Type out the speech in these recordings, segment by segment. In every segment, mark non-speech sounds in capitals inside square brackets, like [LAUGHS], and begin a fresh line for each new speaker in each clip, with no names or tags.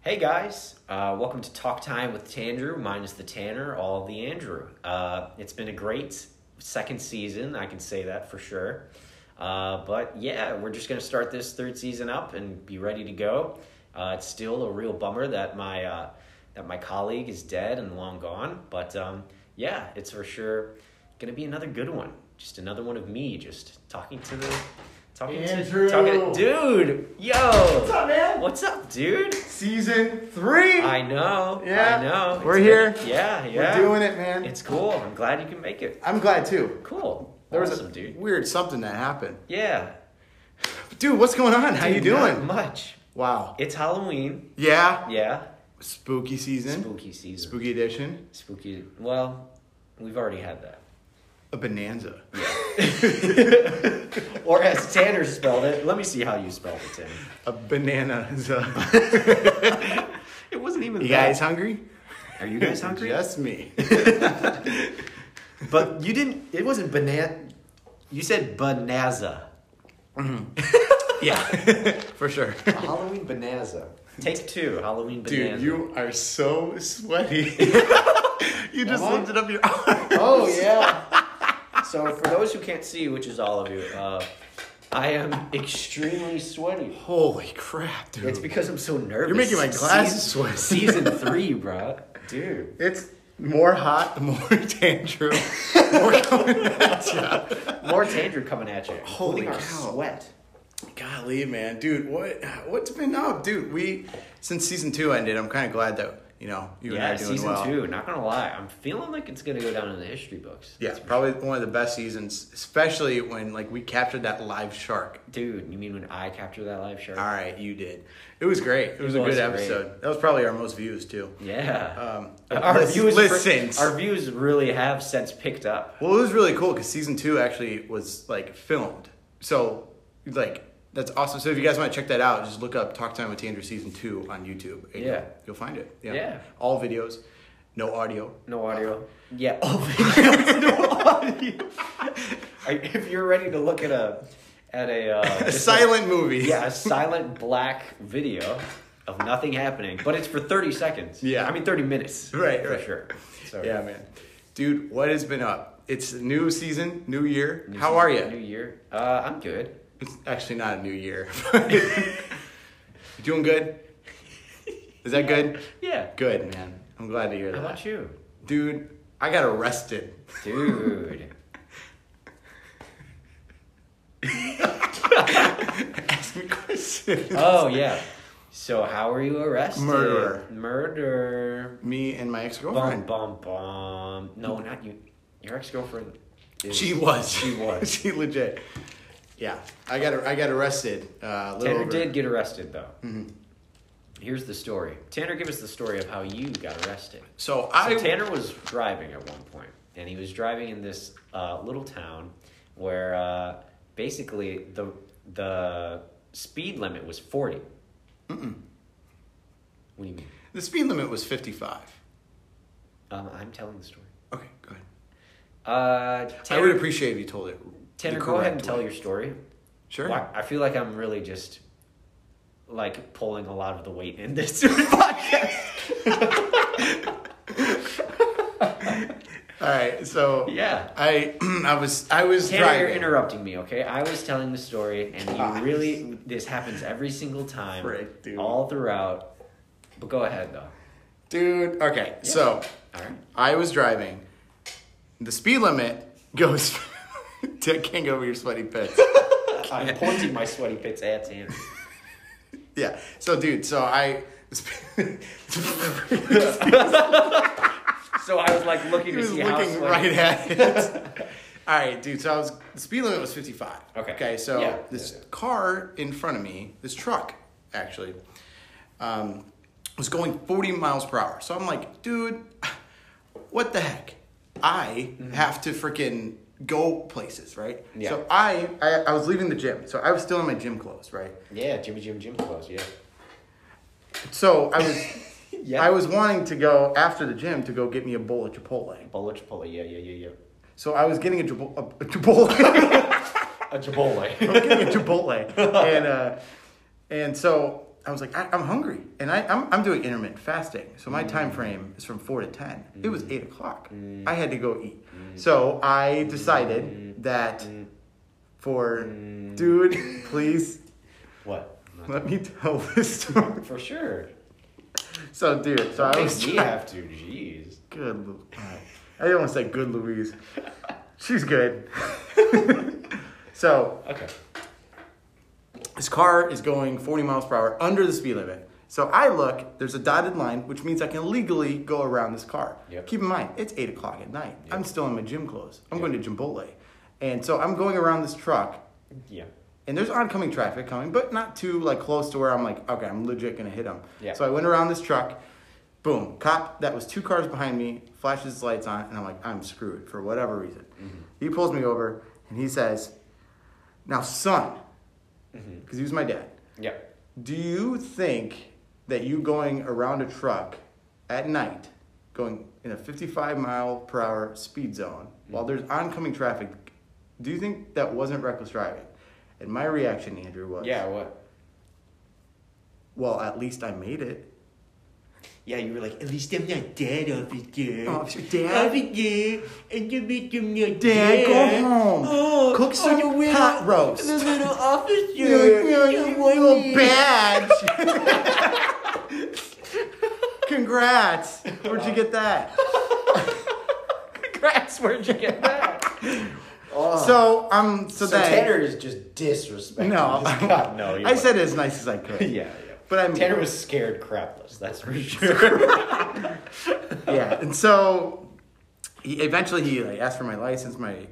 Hey guys, uh, welcome to Talk Time with Tandrew, minus the Tanner, all the Andrew. Uh, it's been a great second season, I can say that for sure. Uh, but yeah, we're just going to start this third season up and be ready to go. Uh, it's still a real bummer that my uh, that my colleague is dead and long gone, but um, yeah, it's for sure going to be another good one. Just another one of me, just talking to the talking
Andrew!
to talking, dude, yo,
What's up, man?
What's up, dude?
Season three.
I know.
Yeah.
I know.
We're
It's
here.
good. Yeah,
We're
yeah.
doing it, man.
It's cool. I'm glad you can make it.
I'm glad too.
Cool.
There was
awesome,
a
dude.
weird something that happened.
Yeah.
Dude, what's going on? How you
Dude, Not
doing?
much.
Wow.
It's Halloween.
Yeah.
Yeah.
Spooky season.
Spooky season.
Spooky edition.
Spooky. Well, we've already had that.
A bonanza.
Or as Tanner spelled it. Let me see how you spelled it, Tanner. [LAUGHS]
A bonanza.
It wasn't even.
You
that.
guys hungry?
Are you guys hungry?
[LAUGHS]
[LAUGHS]
Just me.
But you didn't. It wasn't banana. You said bonanza.
yeah. [LAUGHS] For sure.
Halloween bonanza. Take two. Halloween bonanza.
Dude, you are so sweaty.
[LAUGHS]
you just
I?
lifted up your arm. [LAUGHS]
Oh yeah. so for those who can't see, which is all of you, uh, I am extremely sweaty.
Holy crap, dude.
It's because I'm so nervous.
You're making my glasses sweat.
Season,
[LAUGHS]
season three, bro. Dude,
It's more hot, the more [LAUGHS] dandruff, more
[LAUGHS]
coming at you.
more Tandrew coming at you.
Holy
including our
cow.
sweat.
Golly, man, dude, what what's been up, dude? We since season two ended, I'm kind of glad that you know you and I
Yeah,
are doing
season
well.
two. Not gonna lie, I'm feeling like it's gonna go down in the history books.
Yeah, probably one of the best seasons, especially when like we captured that live shark.
Dude, you mean when I capture that live shark?
All right, you did. It was great. It was a
was
good
great.
episode. That was probably our most views too.
yeah.
Um,
our
lis-
views.
listens.
Our views really have since picked up.
Well, it was really cool because season two actually was like filmed. So, like, that's awesome. So, if you guys want to check that out, just look up Talk Time with Tandra season two on YouTube. and
Yeah.
You'll, you'll find it.
Yeah.
All videos, no audio.
No audio. Yeah. Oh, [LAUGHS] videos, no audio. Are- if you're ready to look at a at a, uh,
[LAUGHS] [LAUGHS] A
just a-
silent movie.
yeah, a silent black video of nothing happening, but it's for 30 seconds.
Yeah.
I mean 30 minutes.
Right,
for
right.
sure. So
[LAUGHS] Yeah, man. Dude, what has been up? It's a new season, new year.
new
How
season,
are
New
you?
year. Uh, I'm good.
It's actually not a new year. [LAUGHS] You doing good? Is that good?
[LAUGHS] Yeah.
Good, man. I'm glad to hear
How
that.
about
[LAUGHS]
you,
Dude, I got arrested.
dude?
[LAUGHS] Ask me questions.
Oh yeah. So how were you arrested?
Murderer.
Murder.
me and my ex
Bum
girlfriend.
bum bum. No, not you. Your ex girlfriend.
She was.
She was.
[LAUGHS] she legit. Yeah, I got I got arrested. Uh, a
Tanner
little over- Mm-hmm.
did get arrested though. Here's the story. Tanner, give us the story of how you got arrested.
So
So
I
Tanner was driving at one point, and he was driving in this uh, little town where uh, basically the the speed limit was 40 What do you mean?
the speed limit was fifty five.
Um, I'm telling the story.
Okay, go ahead.
Uh,
I would
Tanner,
appreciate if you told it. the
Tanner go ahead and
correct
tell
way.
your story.
Sure.
Why- I feel like I'm really just like pulling a lot of the weight in this [LAUGHS] podcast.
All right. So
yeah.
I [CLEARS THROAT] I was I was
Tanner, you're
driving.
interrupting me, okay? I was telling the story, and
Gosh.
you really, this happens every single time,
Frick, dude.
all throughout. But go ahead, though.
Dude. Okay. So
All right.
I was driving. The speed limit goes. [LAUGHS] Dick can't go over your sweaty pits.
[LAUGHS] I'm pointing my sweaty pits at Tanner.
Yeah. So, dude. So I. [LAUGHS]
So I was like looking
He
to
was
see how
looking
sweaty.
right
[LAUGHS]
at it. All right, dude. So I was the speed limit was 55.
Okay.
Okay. So
Yeah.
this
Yeah, yeah.
car in front of me, this truck actually, um, was going 40 miles per hour. So I'm like, dude, [SIGHS] what the heck? I have to freaking go places, right?
Mm-hmm. Yeah.
So I, I I was leaving the gym. So I was still in my gym clothes, right?
Yeah, Jimmy, Jim, Jim clothes. Yeah.
So I was
[LAUGHS] Yeah.
I was wanting to go after the gym to go get me a bowl of Chipotle.
Chipotle, Chipotle. Yeah, yeah, yeah, yeah.
So I was getting a, Chipo- a, a Chipotle. [LAUGHS]
A Chipotle. [LAUGHS]
I'm getting a Chipotle, and uh, and so I was like, I, I'm hungry, and I, I'm I'm doing intermittent fasting, so
Mm.
my time frame is from four to ten. It was eight o'clock. I had to go eat,
Mm.
so I decided that for
Mm.
dude, please
What?
let me tell this story. [LAUGHS]
For sure.
So dude, so I was
Makes me have to. Jeez.
good. Lu- I didn't want to say good Louise. She's [LAUGHS] good. so
Okay.
His car is going 40 miles per hour under the speed limit. So I look, there's a dotted line, which means I can legally go around this car.
Yep.
Keep in mind, it's 8 o'clock at night. I'm still in my gym clothes. I'm going to Jimbola. And so I'm going around this truck,
Yeah.
and there's oncoming traffic coming, but not too like close to where I'm like, okay, I'm legit gonna hit him.
Yeah.
So I went around this truck, boom, cop that was two cars behind me, flashes his lights on, and I'm like, I'm screwed for whatever reason. He pulls me over and he says, Now son, because he was my dad,
Yeah.
do you think that you going around a truck at night, going in a 55 mile per hour speed zone while there's oncoming traffic, do you think that wasn't reckless driving? And my reaction, Andrew, was,
Yeah. What?
well, at least I made it.
Yeah, you were like, at least I'm not dead, officer.
Officer, Dad?
Officer, and you make them not
Dad,
dead.
go home.
Oh,
Cook some
oh, the little-
pot roast.
The little officer.
you little
bad.
badge. Congrats. Where'd you get that?
Congrats, where'd you get that?
So, um, so,
So
that.
Tanner is just disrespectful.
No, [LAUGHS]
Just-
God, [LAUGHS] no, you
I said it as nice as I
[LAUGHS]
could.
yeah, yeah.
But I mean,
Tanner was scared crapless, that's
[LAUGHS]
for sure.
yeah. And so he, eventually he like asked for my license, my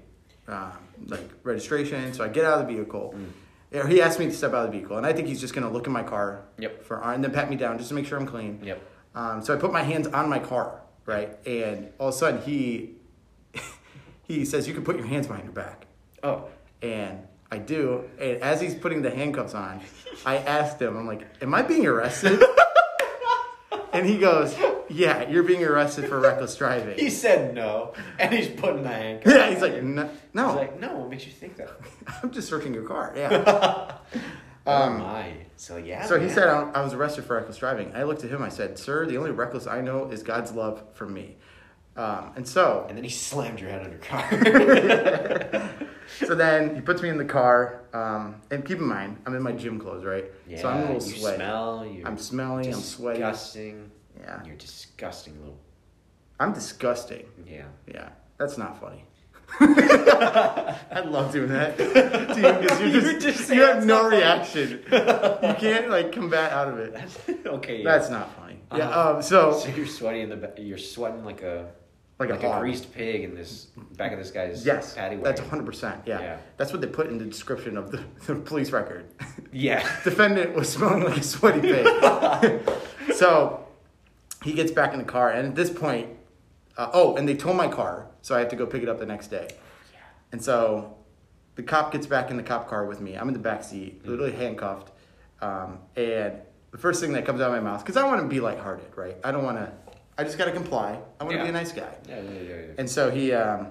um, like registration. So I get out of the vehicle.
Mm.
Or he asked me to step out of the vehicle, and I think he's just gonna look in my car.
Yep.
For uh, and then pat me down just to make sure I'm clean.
Yep.
Um, so I put my hands on my car, right, and all of a sudden he [LAUGHS] he says, "You can put your hands behind your back."
oh,
And I do. And as he's putting the handcuffs on, I asked him, I'm like, Am I being arrested? and he goes, Yeah, you're being arrested for reckless driving.
he said no, and he's putting the handcuff.
yeah, he's like, No, no Um,
He's like, no, what makes you think that?
[LAUGHS] I'm just searching your car. Yeah.
Um, my. So yeah.
so he
man.
said, uh, I I was arrested for reckless driving. I looked at him, I said, Sir, the only reckless I know is God's love for me. Um, and so
and then he slammed your head on your
[LAUGHS]
car.
so then he puts me in the car. Um, and keep in mind, I'm in my gym clothes, right? so I'm a little
you
sweaty.
smell. You're
I'm smelly, I'm sweaty.
Disgusting.
Yeah.
You're disgusting little.
I'm disgusting.
Yeah. [LAUGHS]
Yeah, that's not [LAUGHS] funny. I love
[LAUGHS]
doing that to you because
You
you're just,
just say
you
that's
have no
not funny.
reaction. you
[LAUGHS]
can't like combat out of it.
okay. Yeah.
That's not funny. Yeah.
Uh-huh.
Um. So
So you're sweaty in the ba- you're sweating like a
Like a hog.
greased pig in this back of this guy's
yes,
paddy
that's
wagon.
100. percent Yeah.
Yeah.
That's what they put in the description of the, [LAUGHS] the police record. [LAUGHS]
yeah.
Defendant was smelling like a sweaty pig.
[LAUGHS]
[LAUGHS] so he gets back in the car, and at this point, uh, oh, and they tow my car, so I have to go pick it up the next day. And so the cop gets back in the cop car with me. I'm in the back seat, literally handcuffed. Um, and the first thing that comes out of my mouth, because I want to be lighthearted, right? I don't want to, I just got to comply. I want to
Yeah.
be a nice guy.
Yeah. Yeah. Yeah. yeah.
And so he, um,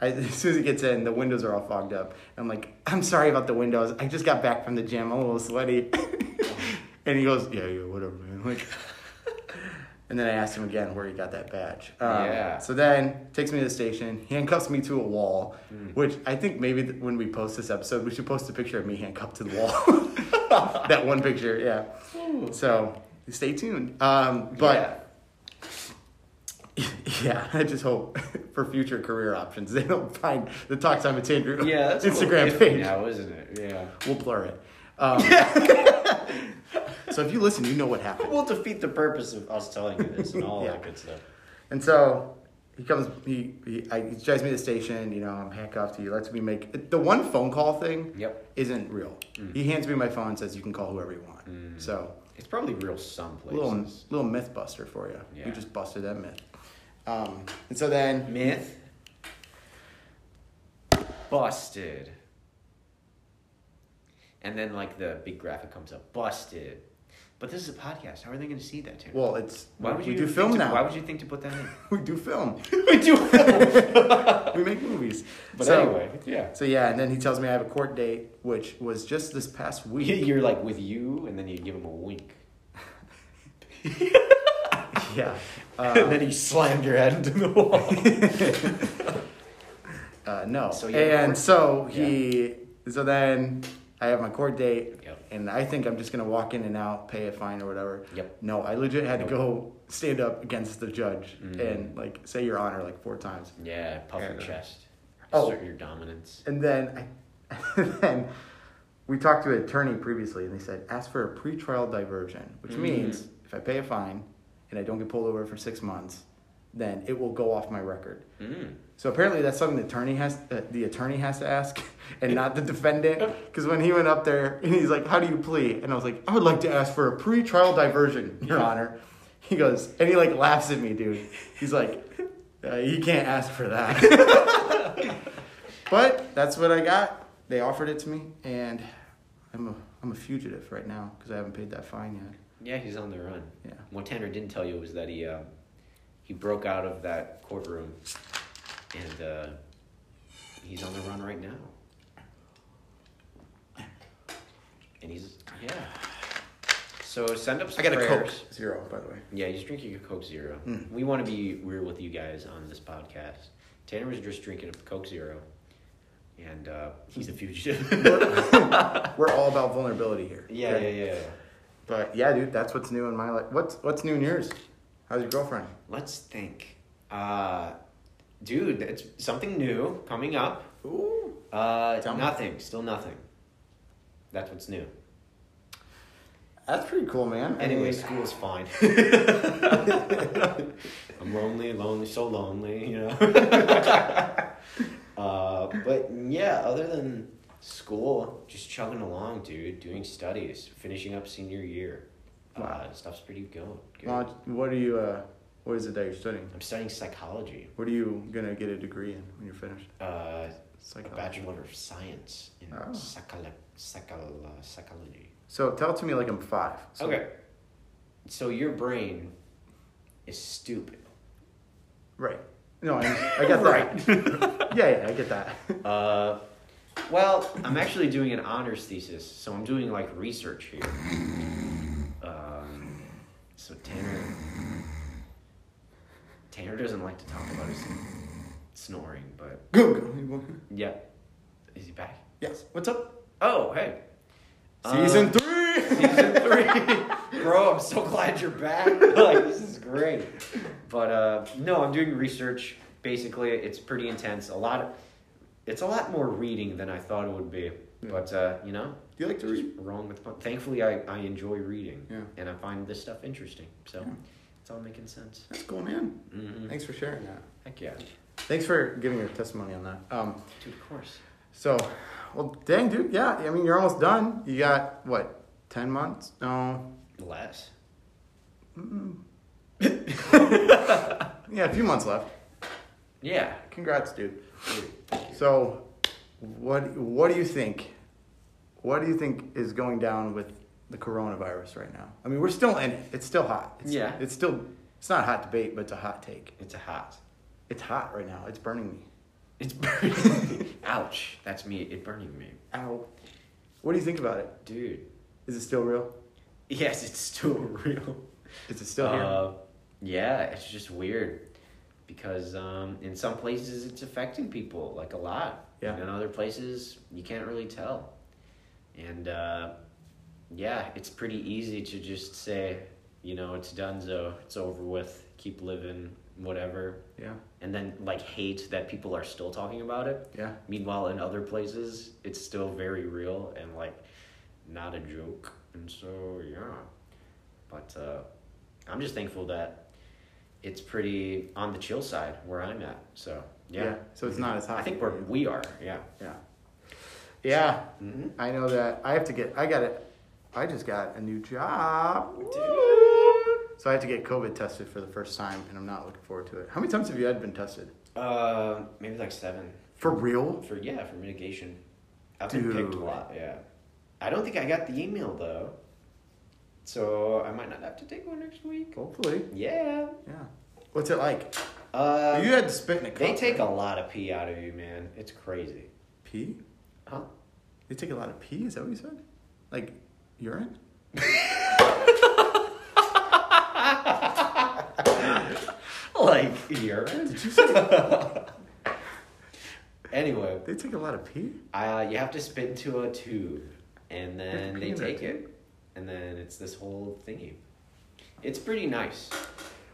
I, [LAUGHS] as soon as he gets in, the windows are all fogged up. I'm like, I'm sorry about the windows. I just got back from the gym. I'm a little sweaty. [LAUGHS] and he goes, Yeah, yeah, whatever, man. [LAUGHS] Like, and then I asked him again where he got that badge. Um,
Yeah.
So then takes me to the station, handcuffs me to a wall,
Hmm.
which I think maybe th- when we post this episode, we should post a picture of me handcuffed to
[LAUGHS]
the wall. [LAUGHS] that one picture, yeah. So stay tuned. Um, but.
Yeah.
[LAUGHS] Yeah, I just hope for future career options they don't find the Talk Time with Andrew
Yeah, that's a little
Instagram
different
page.
now, isn't it? Yeah.
We'll blur it.
[LAUGHS]
Um, so if you listen, you know what happened.
We'll defeat the purpose of us telling you this and all that
[LAUGHS] Yeah.
good stuff.
And so he comes, he, he, I, he drives me to the station, you know, I'm handcuffed. He lets me make the one phone call thing
Yep.
isn't real.
Mm.
He hands me my phone and says, You can call whoever you want. So,
It's probably real some Mm. places.
little, little myth buster for you.
Yeah.
You just busted that myth. Um, and so then
Myth busted. And then like the big graphic comes up, busted. But this is a podcast. How are they going to see that, Tanner?
Well, it's
why would
we
you
do
think
film
to-
now.
Why would you think to put that in?
we do film.
[LAUGHS] we do
[LAUGHS] we make movies.
But
so,
anyway,
[LAUGHS]
yeah.
So yeah, and then he tells me I have a court date, which was just this past week.
You're like with you, and then you give him a wink.
[LAUGHS]
Yeah. [LAUGHS]
Uh,
then he slammed your head into the wall.
uh, no.
So you have a
and
court
so
date.
he, so then I have my court date,
[LAUGHS] Yep.
and I think I'm just gonna walk in and out, pay a fine or whatever.
Yep.
No, I legit had
Nope. Mm-hmm.
to go stand up against the judge and like say Your Honor like four times,
Yeah, puff your
Yeah.
chest.
Oh.
Assert your dominance.
and then I, [LAUGHS] then we talked to an attorney previously, and they said ask for a pretrial diversion, which means if I pay a fine and I don't get pulled over for six months, then it will go off my record.
Mm.
So apparently that's something the attorney has uh, the attorney has to ask [LAUGHS] and not the defendant because when he went up there and he's like, "How do you plead?" and I was like, "I would like to ask for a pre-trial diversion, Your Honor." He goes and he like laughs at me, dude. He's like, uh, "You can't ask for that." but that's what I got. They offered it to me, and I'm a I'm a fugitive right now because I haven't paid that fine yet.
Yeah, he's on the run.
Yeah.
What Tanner didn't tell you was that he um, he broke out of that courtroom, and uh, he's on the run right now. And he's yeah. So send up some
I got a
prayers.
Coke Zero, by the way.
Yeah, he's drinking a Coke Zero.
Hmm.
We want to be real with you guys on this podcast. Tanner was just drinking a Coke Zero, and uh, he's a
[LAUGHS]
fugitive.
We're all about vulnerability here.
yeah, yeah, yeah.
But yeah, dude, that's what's new in my life. What's what's new in yours? How's your girlfriend?
Let's think. Uh, dude, it's something new coming up.
Ooh.
Uh,
Tell me.
nothing. Still nothing. That's what's new.
That's pretty cool, man. I
Anyway,
mean,
school's
[LAUGHS]
fine. [LAUGHS] I'm lonely, lonely, so lonely, you
[LAUGHS]
know. [LAUGHS] uh, but yeah, other than school, just chugging along, dude. Doing studies, finishing up senior year.
Wow.
Uh, stuff's pretty go- good.
Maj, what are you uh what is it that you're studying?
I'm studying psychology.
What are you gonna get a degree in when you're finished?
Uh, a
Psychology.
bachelor of science in
Oh.
psycholo- psycholo- psychology.
So tell it to me like I'm five. So
okay. So your brain is stupid.
Right. No, I, [LAUGHS] I get that. [LAUGHS] yeah, yeah, I get that.
Uh, well, I'm actually doing an honors thesis, so I'm doing like research here. Um, so Tanner, Tanner doesn't like to talk about his snoring, but
Go go.
yeah, is he back?
Yes. What's up?
Oh, hey.
Season
Um,
three.
season
[LAUGHS]
three. Uh, Bro, I'm so glad you're back. [LAUGHS] Like, this is great. But uh, no, I'm doing research. Basically, it's pretty intense. A lot of, it's a lot more reading than I thought it would be. But uh, you know,
Do you like to read?
wrong with thankfully I, I enjoy reading.
Yeah.
And I find this stuff interesting. So it's all making sense.
That's cool, man.
Mm-hmm.
Thanks for sharing that.
Heck yeah.
Thanks for giving your testimony on that. Um,
Dude, of course.
So, well, dang, dude. Yeah, I mean, you're almost done. You got what? Ten months? No.
Less.
[LAUGHS] Yeah, a few months left.
Yeah.
Congrats, dude.
Dude.
So, what what do you think? What do you think is going down with the coronavirus right now? I mean, we're still in it. It's still hot. It's,
Yeah.
It's still. It's not a hot debate, but it's a hot take.
It's a hot.
It's hot right now. It's burning me.
It's burning. [LAUGHS] Ouch. That's me. It burning me.
Ow. What do you think about it?
Dude.
Is it still real?
Yes, it's still [LAUGHS] real.
Is it still here?
Uh, yeah, it's just weird because um, in some places it's affecting people like a lot.
Yeah.
And in other places you can't really tell. And uh, yeah, it's pretty easy to just say, you know, it's donezo, it's over with, keep living, whatever.
yeah.
And then like hate that people are still talking about it.
Yeah.
Meanwhile, in other places, it's still very real and like not a joke. And so, yeah. But uh, I'm just thankful that it's pretty on the chill side where I'm at. So, yeah.
So it's not as hot.
I think we're, we are, yeah.
Yeah. Yeah.
Mm-hmm.
I know that I have to get. I got it. I just got a new job. So I have to get COVID tested for the first time, and I'm not looking forward to it. How many times have you had been tested?
Uh, maybe like seven.
For real?
For, yeah, for mitigation. I've been
Dude.
picked a lot, yeah. I don't think I got the email though. So I might not have to take one next week.
Hopefully.
Yeah.
Yeah. What's it like?
Uh,
you had to spit in a cup.
They take a
right?
lot of pee out of you, man. It's crazy.
pee.
[LAUGHS] Huh?
They take a lot of pee. Is that what you said? Like urine?
You're right.
Did you say
Anyway,
they take a lot of pee?
uh, you have to spit into a tube, and then
Put
they
in that
take
tube.
it, and then it's this whole thingy. It's pretty nice.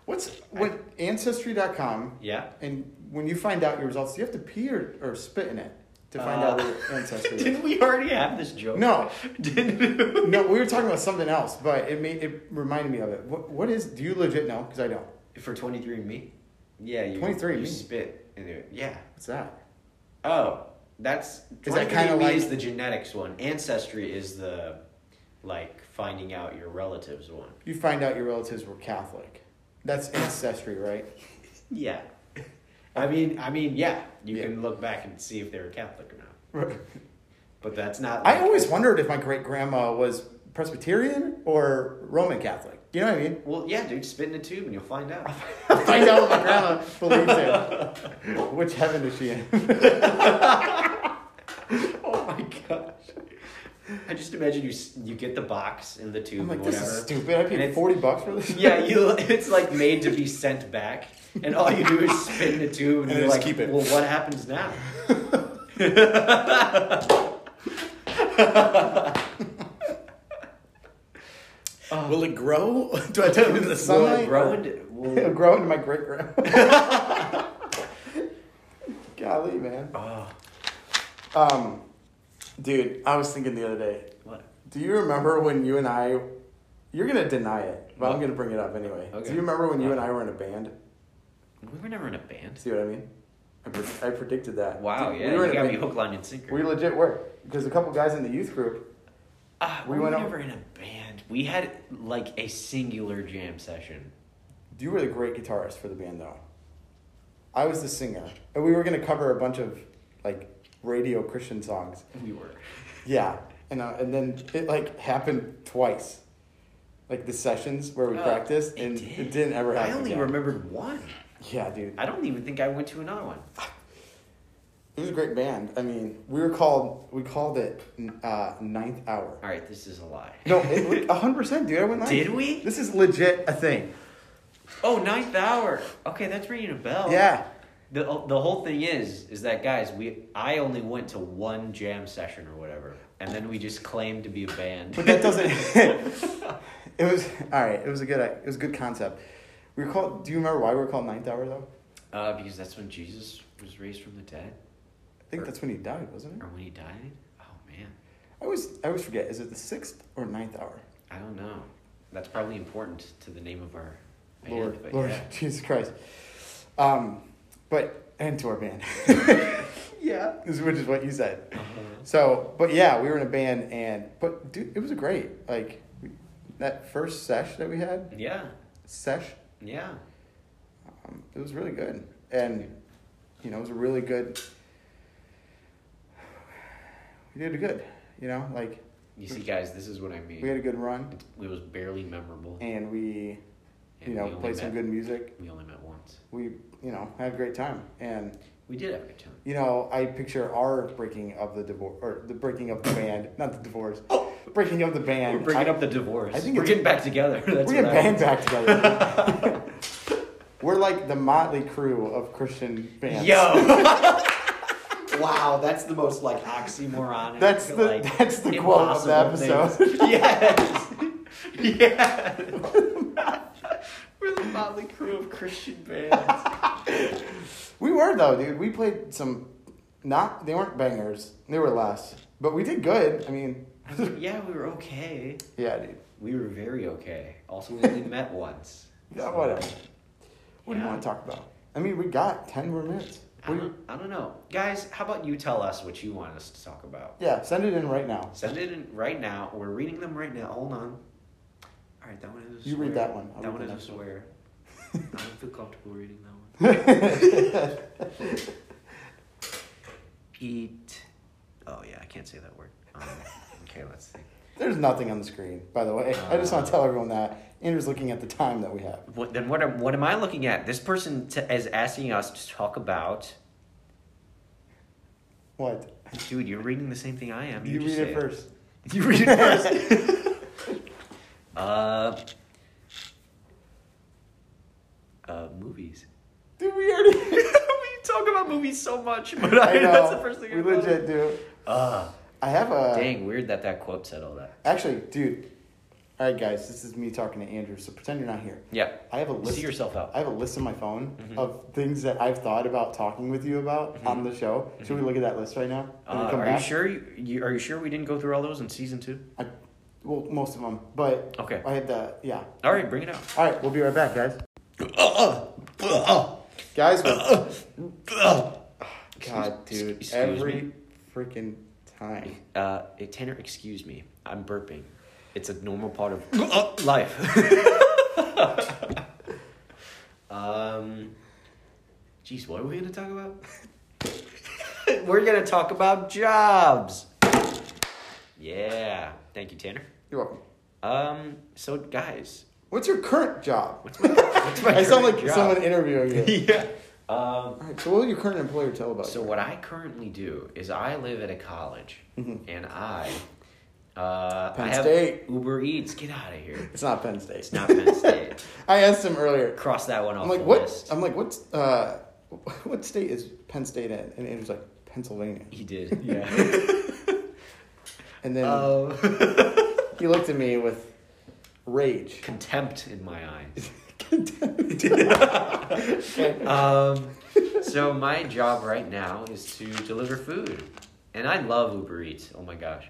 What's what ancestry.com
Yeah.
and when you find out your results, do you have to pee or, or spit in it to find
Uh, [LAUGHS]
out your ancestry? is?
Didn't we already have this joke?
No,
[LAUGHS] Didn't.
no, we were talking about something else, but it made it reminded me of it. What, what is? Do you legit know? Because I don't.
For 23andMe? Yeah, you,
23andMe.
you spit into it. Yeah.
What's that?
Oh, that's.
Is that kinda
23andMe is
like-
the genetics one. Ancestry is the, like, finding out your relatives one.
You find out your relatives were Catholic. That's ancestry, right?
[LAUGHS] Yeah. I mean, I mean, yeah. You
Yeah.
can look back and see if they were Catholic or not.
Right.
But that's not.
I
like-
always wondered if my great grandma was Presbyterian or Roman Catholic. You know what I mean?
Well, yeah, dude, spit in a tube and you'll find
[LAUGHS]
out.
Find out what my
[LAUGHS]
grandma believes in. Which heaven is she in?
oh my gosh. I just imagine you s- you get the box and the tube
I'm like,
and
this
whatever.
is stupid. I
And
paid
it's-
forty bucks for this.
[LAUGHS] Yeah, you. It's like made to be sent back, and all you do is spin the tube, and,
And
you're
just
like,
keep it.
"Well, what happens
[LAUGHS]
now?"
Will it grow? [LAUGHS] Do I take it into the
Will
sunlight?
it grow into?
[LAUGHS] It'll
Will,
grow into my great grandma. [LAUGHS] Golly, man.
oh,
Um, dude, I was thinking the other day.
what?
Do you remember when you and I? You're gonna deny it, but I'm
What?
gonna bring it up anyway.
Okay.
Do you remember when you and I were in a band?
We were never in a band.
See what I mean? I, pre- I predicted that.
Wow,
Dude,
yeah,
we were
you
in a
got me
band.
hook, line, and sinker.
We legit were because a couple guys in the youth group.
Ah,
we
we were
went out-
never in a band. We had like a singular jam session.
You were the great guitarist for the band, though. I was the singer, and we were gonna cover a bunch of like radio Christian songs.
We were.
Yeah, and uh, and then it like happened twice, like the sessions where we
Oh,
practiced,
it
and
did.
it didn't ever
I
happen.
only
again.
remembered one.
Yeah, dude,
I don't even think I went to another one.
it was a great band. I mean, we were called we called it uh, Ninth Hour.
All right, this is a lie.
No, it- a hundred percent, dude. I went live.
Did we?
This is legit a thing.
Oh, ninth hour. Okay, that's ringing a bell.
Yeah.
The, uh, the whole thing is is that guys we I only went to one jam session or whatever and then we just claimed to be a band.
But that doesn't. [LAUGHS]
[LAUGHS]
it was all right. It was a good. It was a good concept. We were called. Do you remember why we were called Ninth Hour though?
uh, because that's when Jesus was raised from the dead
I think that's when he died, wasn't
or
it?
when he died. Oh man,
I always, I always forget. Is it the sixth or ninth hour?
I don't know. That's probably important to the name of our band.
Lord,
but
Lord [LAUGHS] Jesus Christ. Um, but and to our band,
[LAUGHS] yeah.
is- which is what you said.
yeah.
So, but yeah, we were in a band, and but dude, it was great. Like we, that first sesh that we had,
Yeah.
sesh,
Yeah.
um, it was really good, and you know, it was a really good. We did good, you know, like
You see, guys, this is what I mean.
we had a good run,
it, it was barely memorable.
and we, you
and we
know,
only
played some
met-
good music.
We only met once.
We, you know, had a great time, and
We did have a good time.
you know, I picture our breaking of the divorce or the breaking of the band, not the divorce.
Oh.
breaking of the band.
We're bringing
I-
up the divorce.
I think
we're
it's-
getting back together. [LAUGHS] That's
we're getting
what I-
band back together. [LAUGHS] we're like the motley crew of Christian bands.
Yo. [LAUGHS] wow, that's the most like oxymoronic.
That's the-
like,
that's the quote of the
impossible
episode.
thing. [LAUGHS] yes. yes. We're the motley crew of Christian bands.
we were though, dude. We played some, not they weren't bangers. They were less, but we did good. I mean, [LAUGHS]
I mean, [LAUGHS] yeah, we were okay.
yeah, dude.
We were very okay. Also, we only met once.
Yeah, whatever. What do you
Yeah.
want to talk about? I mean, we got ten more minutes.
I
What do you,
don't, I don't know, guys. How about you tell us what you want us to talk about?
yeah, send it in right now. [LAUGHS]
Send it in right now. We're reading them right now. Hold on. All right, that one is. A
You read
swear.
that one. I'll
that
read
one is
the
a
next one.
swear. I don't feel comfortable reading that one.
[LAUGHS]
Eat. Oh yeah, I can't say that word. Um, okay, let's think.
There's nothing on the screen, by the way. I just want to tell everyone that Andrew's looking at the time that we have.
What, then what? Am, what am I looking at? This person t- is asking us to talk about.
What?
Dude, you're reading the same thing I am.
You,
just
read
say
it first.
[LAUGHS] You read it
[LAUGHS]
first. uh, uh, movies. [LAUGHS] Dude, we [LAUGHS] already we talk about movies so much, but I,
I know.
that's the first thing
we
I thought of.
legit do.
Ah,
I have a
dang, weird that that quote said all that.
actually, dude. All right, guys, this is me talking to Andrew. So pretend you're not here.
Yeah,
I have a list.
see yourself out. Mm-hmm.
I have a list in my phone of things that I've thought about talking with you about on the show. Should we look at that list right now?
Mm-hmm. Uh,
and then come
are
back?
you sure? You, you, are you sure we didn't go through all those in season two?
I, well, most of them, but
Okay.
I had the yeah.
All right, bring it out.
All right, we'll be right back, guys. guys,
[COUGHS]
we're- God,
Excuse-
dude,
excuse
every
me?
freaking time.
Uh, eh, Tanner, excuse me, I'm burping. It's a normal part of life. um, geez, what are we gonna talk about? We're gonna talk about jobs. Yeah, thank you, Tanner.
You're welcome.
Um, so guys,
What's your current job?
what's my, what's my
[LAUGHS] I sound
current
like
job?
someone interviewing
[LAUGHS]
you.
yeah. Um,
All right, so what will your current employer tell about
so
you?
what I currently do is I live at a college, and I, uh,
Mm-hmm. Penn
I have
State.
Uber Eats. Get out of here.
It's not Penn State.
It's not Penn State.
[LAUGHS] I asked him earlier.
Cross that one off
I'm like,
the
what?
list.
I'm like, what's uh, [LAUGHS] what state is Penn State in? And it was like Pennsylvania. [LAUGHS]
He did. Yeah.
And
[LAUGHS]
then [LAUGHS]
um,
he looked at me with
[LAUGHS]
rage. [LAUGHS]
contempt in my eyes.
Contempt.
Um, so my job right now is to deliver food, and I love Uber Eats. Oh my gosh.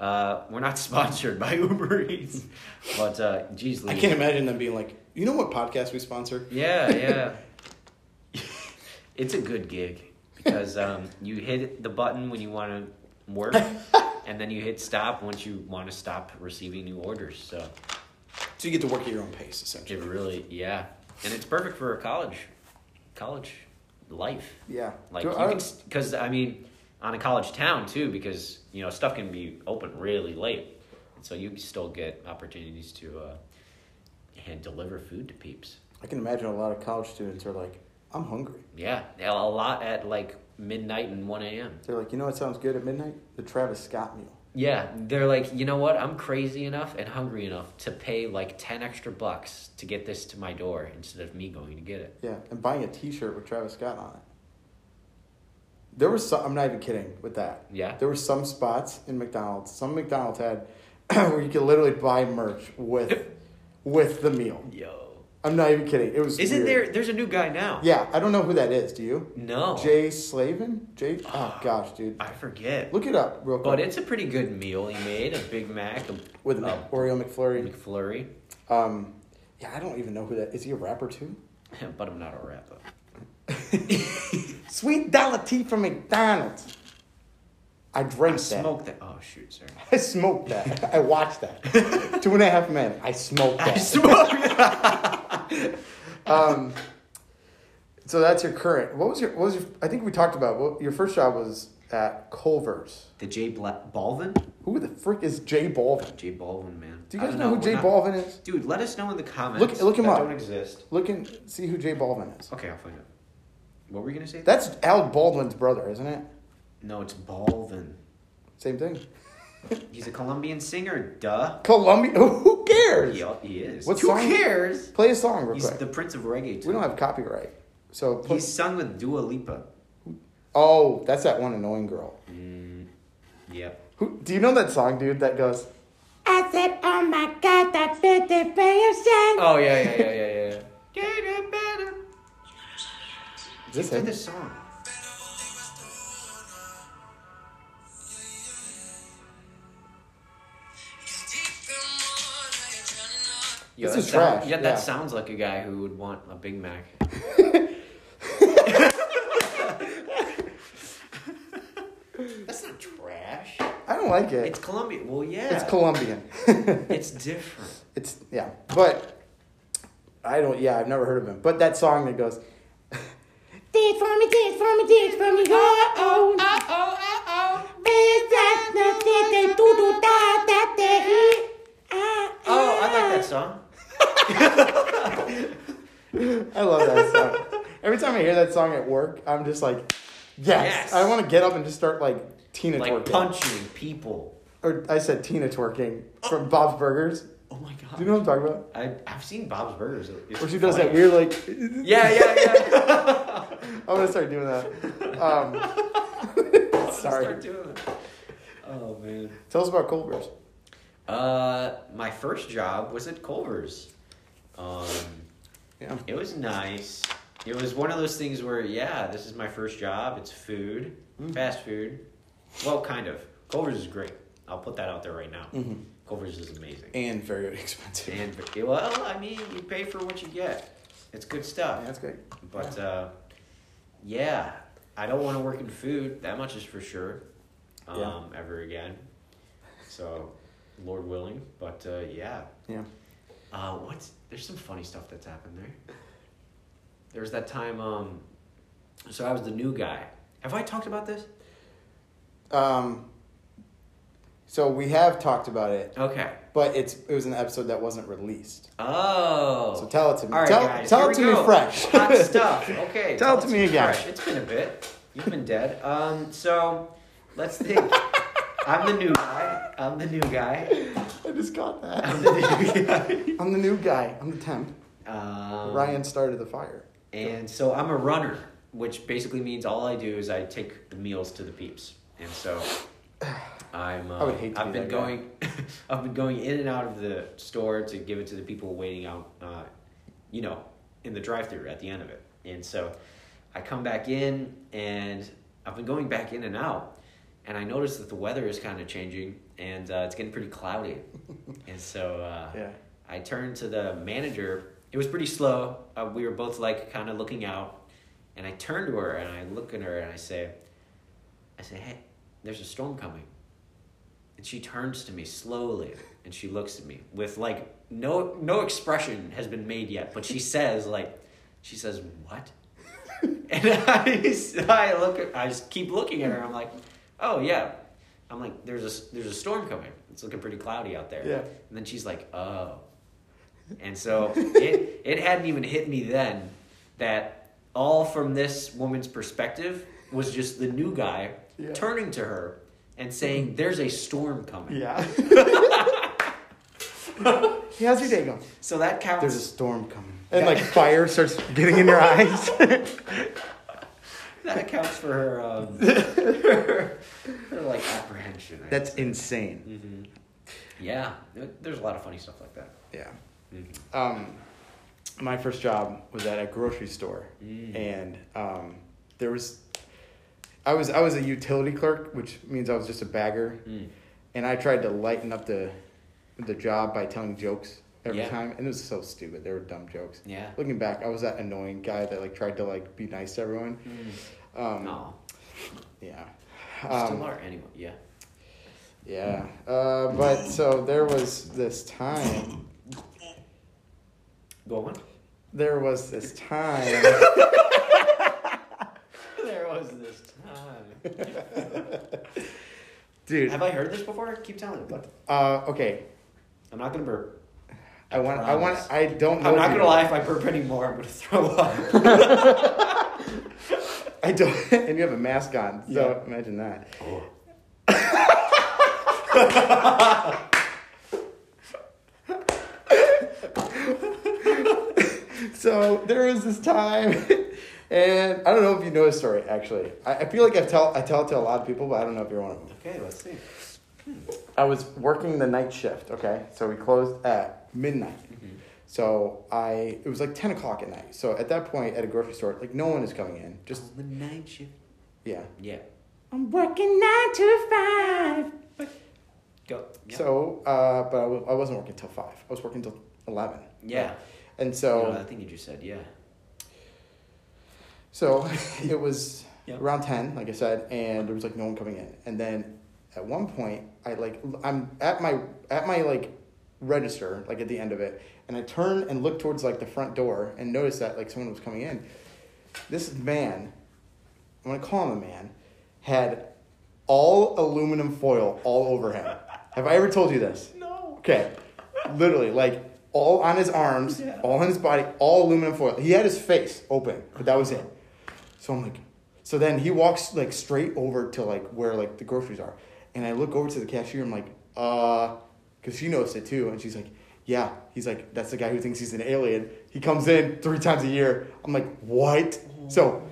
Uh, we're not [LAUGHS] sponsored by Uber Eats, but uh, geez,
I
Louise.
can't imagine them being like, you know what podcast we sponsor?
Yeah, yeah. it's a good gig because um, you hit the button when you want to work, and then you hit stop once you want to stop receiving new orders. So
So you get to work at your own pace, essentially.
it really, yeah, and it's perfect for a college, college life.
Yeah.
Like
Do
you
I-
can, because I mean, on a college town too, because you know stuff can be open really late, so you still get opportunities to uh, hand deliver food to peeps.
I can imagine a lot of college students are like, I'm hungry.
Yeah, a a lot at like midnight and 1 a.m.
They're like, you know what sounds good at midnight? The Travis Scott meal.
Yeah, they're like, you know what? I'm crazy enough and hungry enough to pay like 10 extra bucks to get this to my door instead of me going to get it.
Yeah, and buying a T-shirt with Travis Scott on it. There was some. I'm not even kidding with that.
Yeah.
There were some spots in McDonald's. Some McDonald's had [CLEARS THROAT] where you could literally buy merch with with the meal.
Yo.
I'm not even kidding. It was.
Isn't
weird.
there, there's a new guy now.
Yeah, I don't know who that is. Do you?
No.
Jay Slavin. Jay. Oh gosh, dude.
I forget.
Look Oh, it up real quick.
But it's a pretty good meal he made a Big Mac, a,
with an
a
Oh. Oreo McFlurry.
McFlurry. [LAUGHS]
Um, yeah, I don't even know who that is. He a rapper too?
but I'm not a rapper.
Sweet Dollar Tea from McDonald's. I drank that.
Smoke that. Oh, shoot, sorry.
I smoked that. I
[LAUGHS]
watched that. Two and a half men. I smoked that.
I smoke.
[LAUGHS] um, so that's your current. What was your? What was your? I think we talked about. What, your first job was at Culver's.
the J Bla- Balvin?
Who the frick is Jay Balvin?
J Balvin, man.
Do you guys
I don't
know, who
We're
Jay
not-
Balvin is?
Dude, let us know in the comments.
Look- look him
that
up.
Don't exist.
Look and see who Jay Balvin is.
Okay, I'll find out. What were you gonna say?
That's Alec Baldwin's brother, isn't it?
no, it's Balvin.
Same thing.
He's a Colombian singer. Duh.
Columbia. [LAUGHS] Who cares?
He, he is.
What
Who
song-
cares?
Play a song real
He's
quick.
the prince of reggae. Too.
we don't have copyright. So play-
He's sung with Dua Lipa.
oh, that's that one annoying girl.
Yep.
Who, do you know that song, dude? That goes.
I said, oh my God, that fit the fashion.
Oh yeah yeah yeah yeah yeah. Get it better.
Is this
He did
him?
this song. Yo,
This
that
is
sound-
trash,
Yeah, that
yeah.
sounds like a guy who would want a Big
[LAUGHS]
Mac. That's not trash.
I don't like it.
It's Colombian. Well, yeah.
It's Colombian. [LAUGHS]
It's different.
it's yeah, but I don't. Yeah, I've never heard of him. But that song that goes,
Did for me, did for me, did for me. Oh, oh, oh, oh, oh. Is that not it? Do do da da da. Ah,
Oh,
ah.
I like that song.
I love that song. Every time I hear that song at work, I'm just like, yes,
Yes.
I want to get up and just start like Tina
Like
twerking.
punching people.
Or I said Tina twerking from Bob's Burgers.
Oh my god.
Do you know what I'm talking about?
I, I've seen Bob's Burgers. It's
Where she does
funny.
that weird like.
[LAUGHS] Yeah, yeah, yeah.
[LAUGHS] I'm gonna start doing that.
[LAUGHS]
Um,
Sorry.
sorry.
Start doing it. Oh man.
Tell us about Culver's.
Uh, my first job was at Culver's. Um,
Yeah.
it was nice. It was one of those things where, yeah, this is my first job. It's food,
Mm.
fast food. Well, kind of. Culver's is great. I'll put that out there right now.
Mm-hmm.
Culver's is amazing.
And very expensive.
And well, I mean, you pay for what you get. It's good stuff.
Yeah, that's great.
But uh, yeah, I don't want to work in food. That much is for sure. Um,
Yeah.
Ever again. So, Lord willing. But uh, yeah.
Yeah.
Uh, what's there's some funny stuff that's happened there. There was that time. Um, so I was the new guy. Have I talked about this?
Um, so we have talked about it,
Okay.
but it's it was an episode that wasn't released.
Oh.
So tell it to me.
All right,
tell
guys,
tell
here
it to
we go.
me fresh.
Hot
[LAUGHS]
stuff. Okay.
Tell it to me again.
fresh. It's been a bit. You've been dead. Um, so let's
[LAUGHS]
think. I'm the new guy. I'm the new guy.
I just got
I'm
that.
the new [LAUGHS] guy.
[LAUGHS] I'm the new guy. I'm the temp.
Um,
Ryan started the fire.
And so I'm a runner, which basically means all I do is I take the meals to the peeps. And
[SIGHS]
so I'm. Uh,
I would hate to
I've
be
been
that guy.
going. [LAUGHS] I've been going in and out of the store to give it to the people waiting out. Uh, you know, in the drive-through at the end of it. And so I come back in, and I've been going back in and out, and I notice that the weather is kind of changing, and uh, it's getting pretty cloudy. and so. Uh,
Yeah.
I turned to the manager. It was pretty slow. Uh, we were both like kind of looking out, and I turned to her and I look at her and I say, "I say, hey, there's a storm coming." And she turns to me slowly and she looks at me with like no no expression has been made yet, but she says like, she says what? [LAUGHS] and I, I look at, I just keep looking at her. I'm like, oh yeah. I'm like, there's a there's a storm coming. It's looking pretty cloudy out there.
Yeah.
And then she's like, oh. And so it it hadn't even hit me then that all from this woman's perspective was just the new guy
Yeah.
turning to her and saying, "There's a storm coming."
[LAUGHS] Yeah. Yeah, How's your day going?
So that counts.
There's a storm coming.
And like fire starts getting in
[LAUGHS]
your eyes.
that accounts for her,
[LAUGHS]
um, her, her, like apprehension. I
That's insane.
hmm Yeah, there- there's a lot of funny stuff like that.
Yeah.
Mhm.
Um,
my first job was at a grocery store
Mm.
and um, there was i was i was a utility clerk which means i was just a bagger
Mm.
and i tried to lighten up the the job by telling jokes every
Yeah.
time and it was so stupid they were dumb jokes
Yeah.
looking back i was that annoying guy that like tried to like be nice to everyone
Mm.
um,
No,
yeah
still
um,
are anyway. Yeah.
yeah uh, but so there was this time
Go on.
there was this time
There was this time.
[LAUGHS] dude
Have I heard this before? Keep telling me. But
uh, okay
I'm not gonna burp.
I want. I want. I don't
I'm
know.
not
you.
gonna lie. If I burp anymore, I'm gonna throw
[LAUGHS]
up. [LAUGHS]
I don't. [LAUGHS] And you have a mask on, so imagine that. so there was this time, [LAUGHS] and I don't know if you know the story. Actually, I, I feel like I've tell I tell it to a lot of people, but I don't know if you're one of them.
okay, let's see.
I was working the night shift. Okay, so we closed at midnight.
Mm-hmm.
So I, it was like ten o'clock at night. So at that point, at a grocery store, like no one is coming in. Just
On the night shift.
yeah.
Yeah.
I'm working nine to five.
Go. Yeah.
So, uh, but I w- I wasn't working till five. I was working till eleven.
yeah.
And
Oh.
so,
I think you just said yeah.
so [LAUGHS] it was
Yeah.
around ten, like I said, and there was like no one coming in. And then at one point, I like l- I'm at my at my like register, like at the end of it, and I turn and look towards like the front door and notice that like someone was coming in. This man, I'm gonna call him a man, had all aluminum foil all over him. Have I ever told you this?
No.
Okay. Literally, like all on his arms,
Yeah.
all on his body, all aluminum foil. He had his face open, but that was it. So I'm like, so then he walks like straight over to like where like the groceries are, and I look over to the cashier. I'm like, uh, because she noticed it too, and she's like, yeah, he's like, that's the guy who thinks he's an alien. He comes in three times a year. I'm like, what? So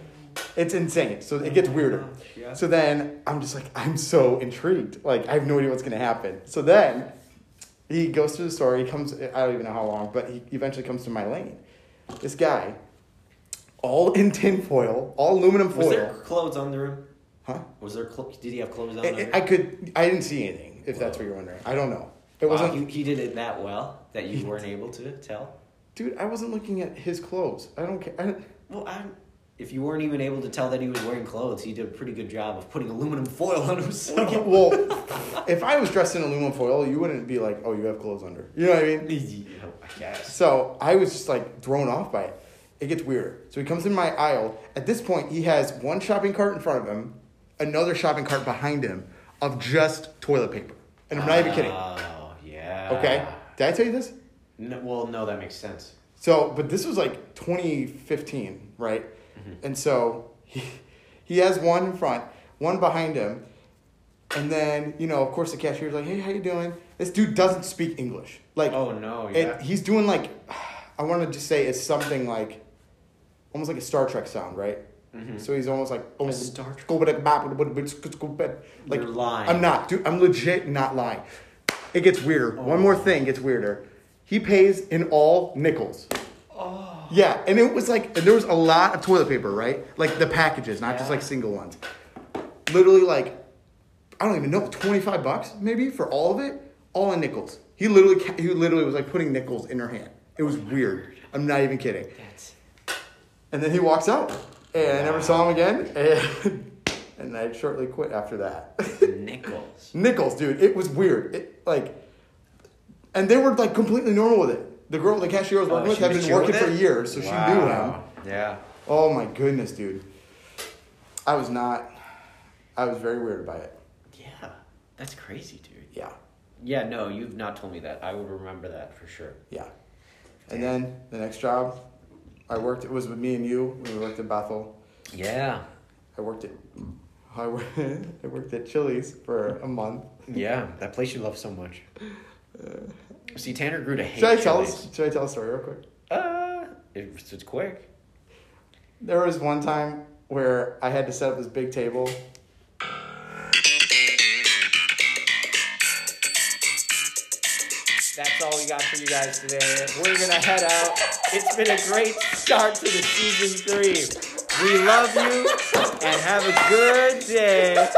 it's insane. So it gets weirder.
Oh, Yeah.
So then I'm just like, I'm so intrigued. Like, I have no idea what's going to happen. So then he goes through the story. He comes, I don't even know how long, but he eventually comes to my lane. This guy, all in tinfoil, all aluminum
Was
foil.
there clothes on the room?
Huh?
Was there? Cl- did he have clothes on?
I,
the room?
I- I could, I didn't see anything, if that's what you're wondering. I don't know. It
Wow,
wasn't.
he, he did it that well that you weren't able to tell.
Dude, I wasn't looking at his clothes. I don't care. I
[LAUGHS]
don't,
Well, I'm, if you weren't even able to tell that he was wearing clothes, he did a pretty good job of putting aluminum foil on himself. [LAUGHS]
[LAUGHS] well, if I was dressed in aluminum foil, you wouldn't be like, oh, you have clothes under. You know what I mean?
Yeah, I guess.
So I was just like thrown off by it. It gets weirder. So he comes in my aisle. At this point, he has one shopping cart in front of him, another shopping cart behind him of just toilet paper. And I'm not even kidding.
Oh yeah.
Okay? Did I tell you this?
No, well, no, that makes sense.
So, but this was like 2015, right?
Mm-hmm.
And so he, he has one in front, one behind him, and then you know, of course, the cashier's like, "Hey, how you doing?" This dude doesn't speak English. Like,
Oh no, yeah.
and he's doing like, [SIGHS] I want to just say it's something like, almost like a Star Trek sound, right? So he's almost like almost
Mm-hmm. Star Trek?
Trek. Like
You're lying.
I'm not, dude. I'm legit not lying. It gets
Oh.
weirder. One more thing gets weirder. He pays in all nickels.
Oh.
Yeah, and it was like and there was a lot of toilet paper, right? Like the packages, not just
Yeah.
like single ones. Literally like I don't even know, 25 bucks maybe for all of it, all in nickels. He literally ca- he literally was like putting nickels in her hand. It was weird. I'm not even kidding. [LAUGHS]
That's-
And then he walks out. And I never saw him again. [LAUGHS] And, and I shortly quit after that. [LAUGHS]
nickels.
Nichols, dude, it was weird. It like, and they were like completely normal with it. The girl, the cashier I was working
Oh,
with,
she
had
was
been
chill
working
with
for
it?
years, so she knew him.
Wow. Yeah.
Oh my goodness, dude, I was not. I was very weird by it.
Yeah. That's crazy, dude.
Yeah,
Yeah, no, you've not told me that. I would remember that for sure.
yeah. And then the next job, I worked. It was with me and you. We worked at Bethel.
Yeah.
I worked at. [LAUGHS] I wor- I worked at Chili's for a month.
Yeah, that place you love so much. [SIGHS] See, Tanner grew to hate
Should I tell?
Chili's.
Should I tell a story real quick?
Uh, it, was- it's quick.
There was one time where I had to set up this big table.
That's all we got for you guys today. We're going to head out. It's been a great start to the season three. We love you and have a good day.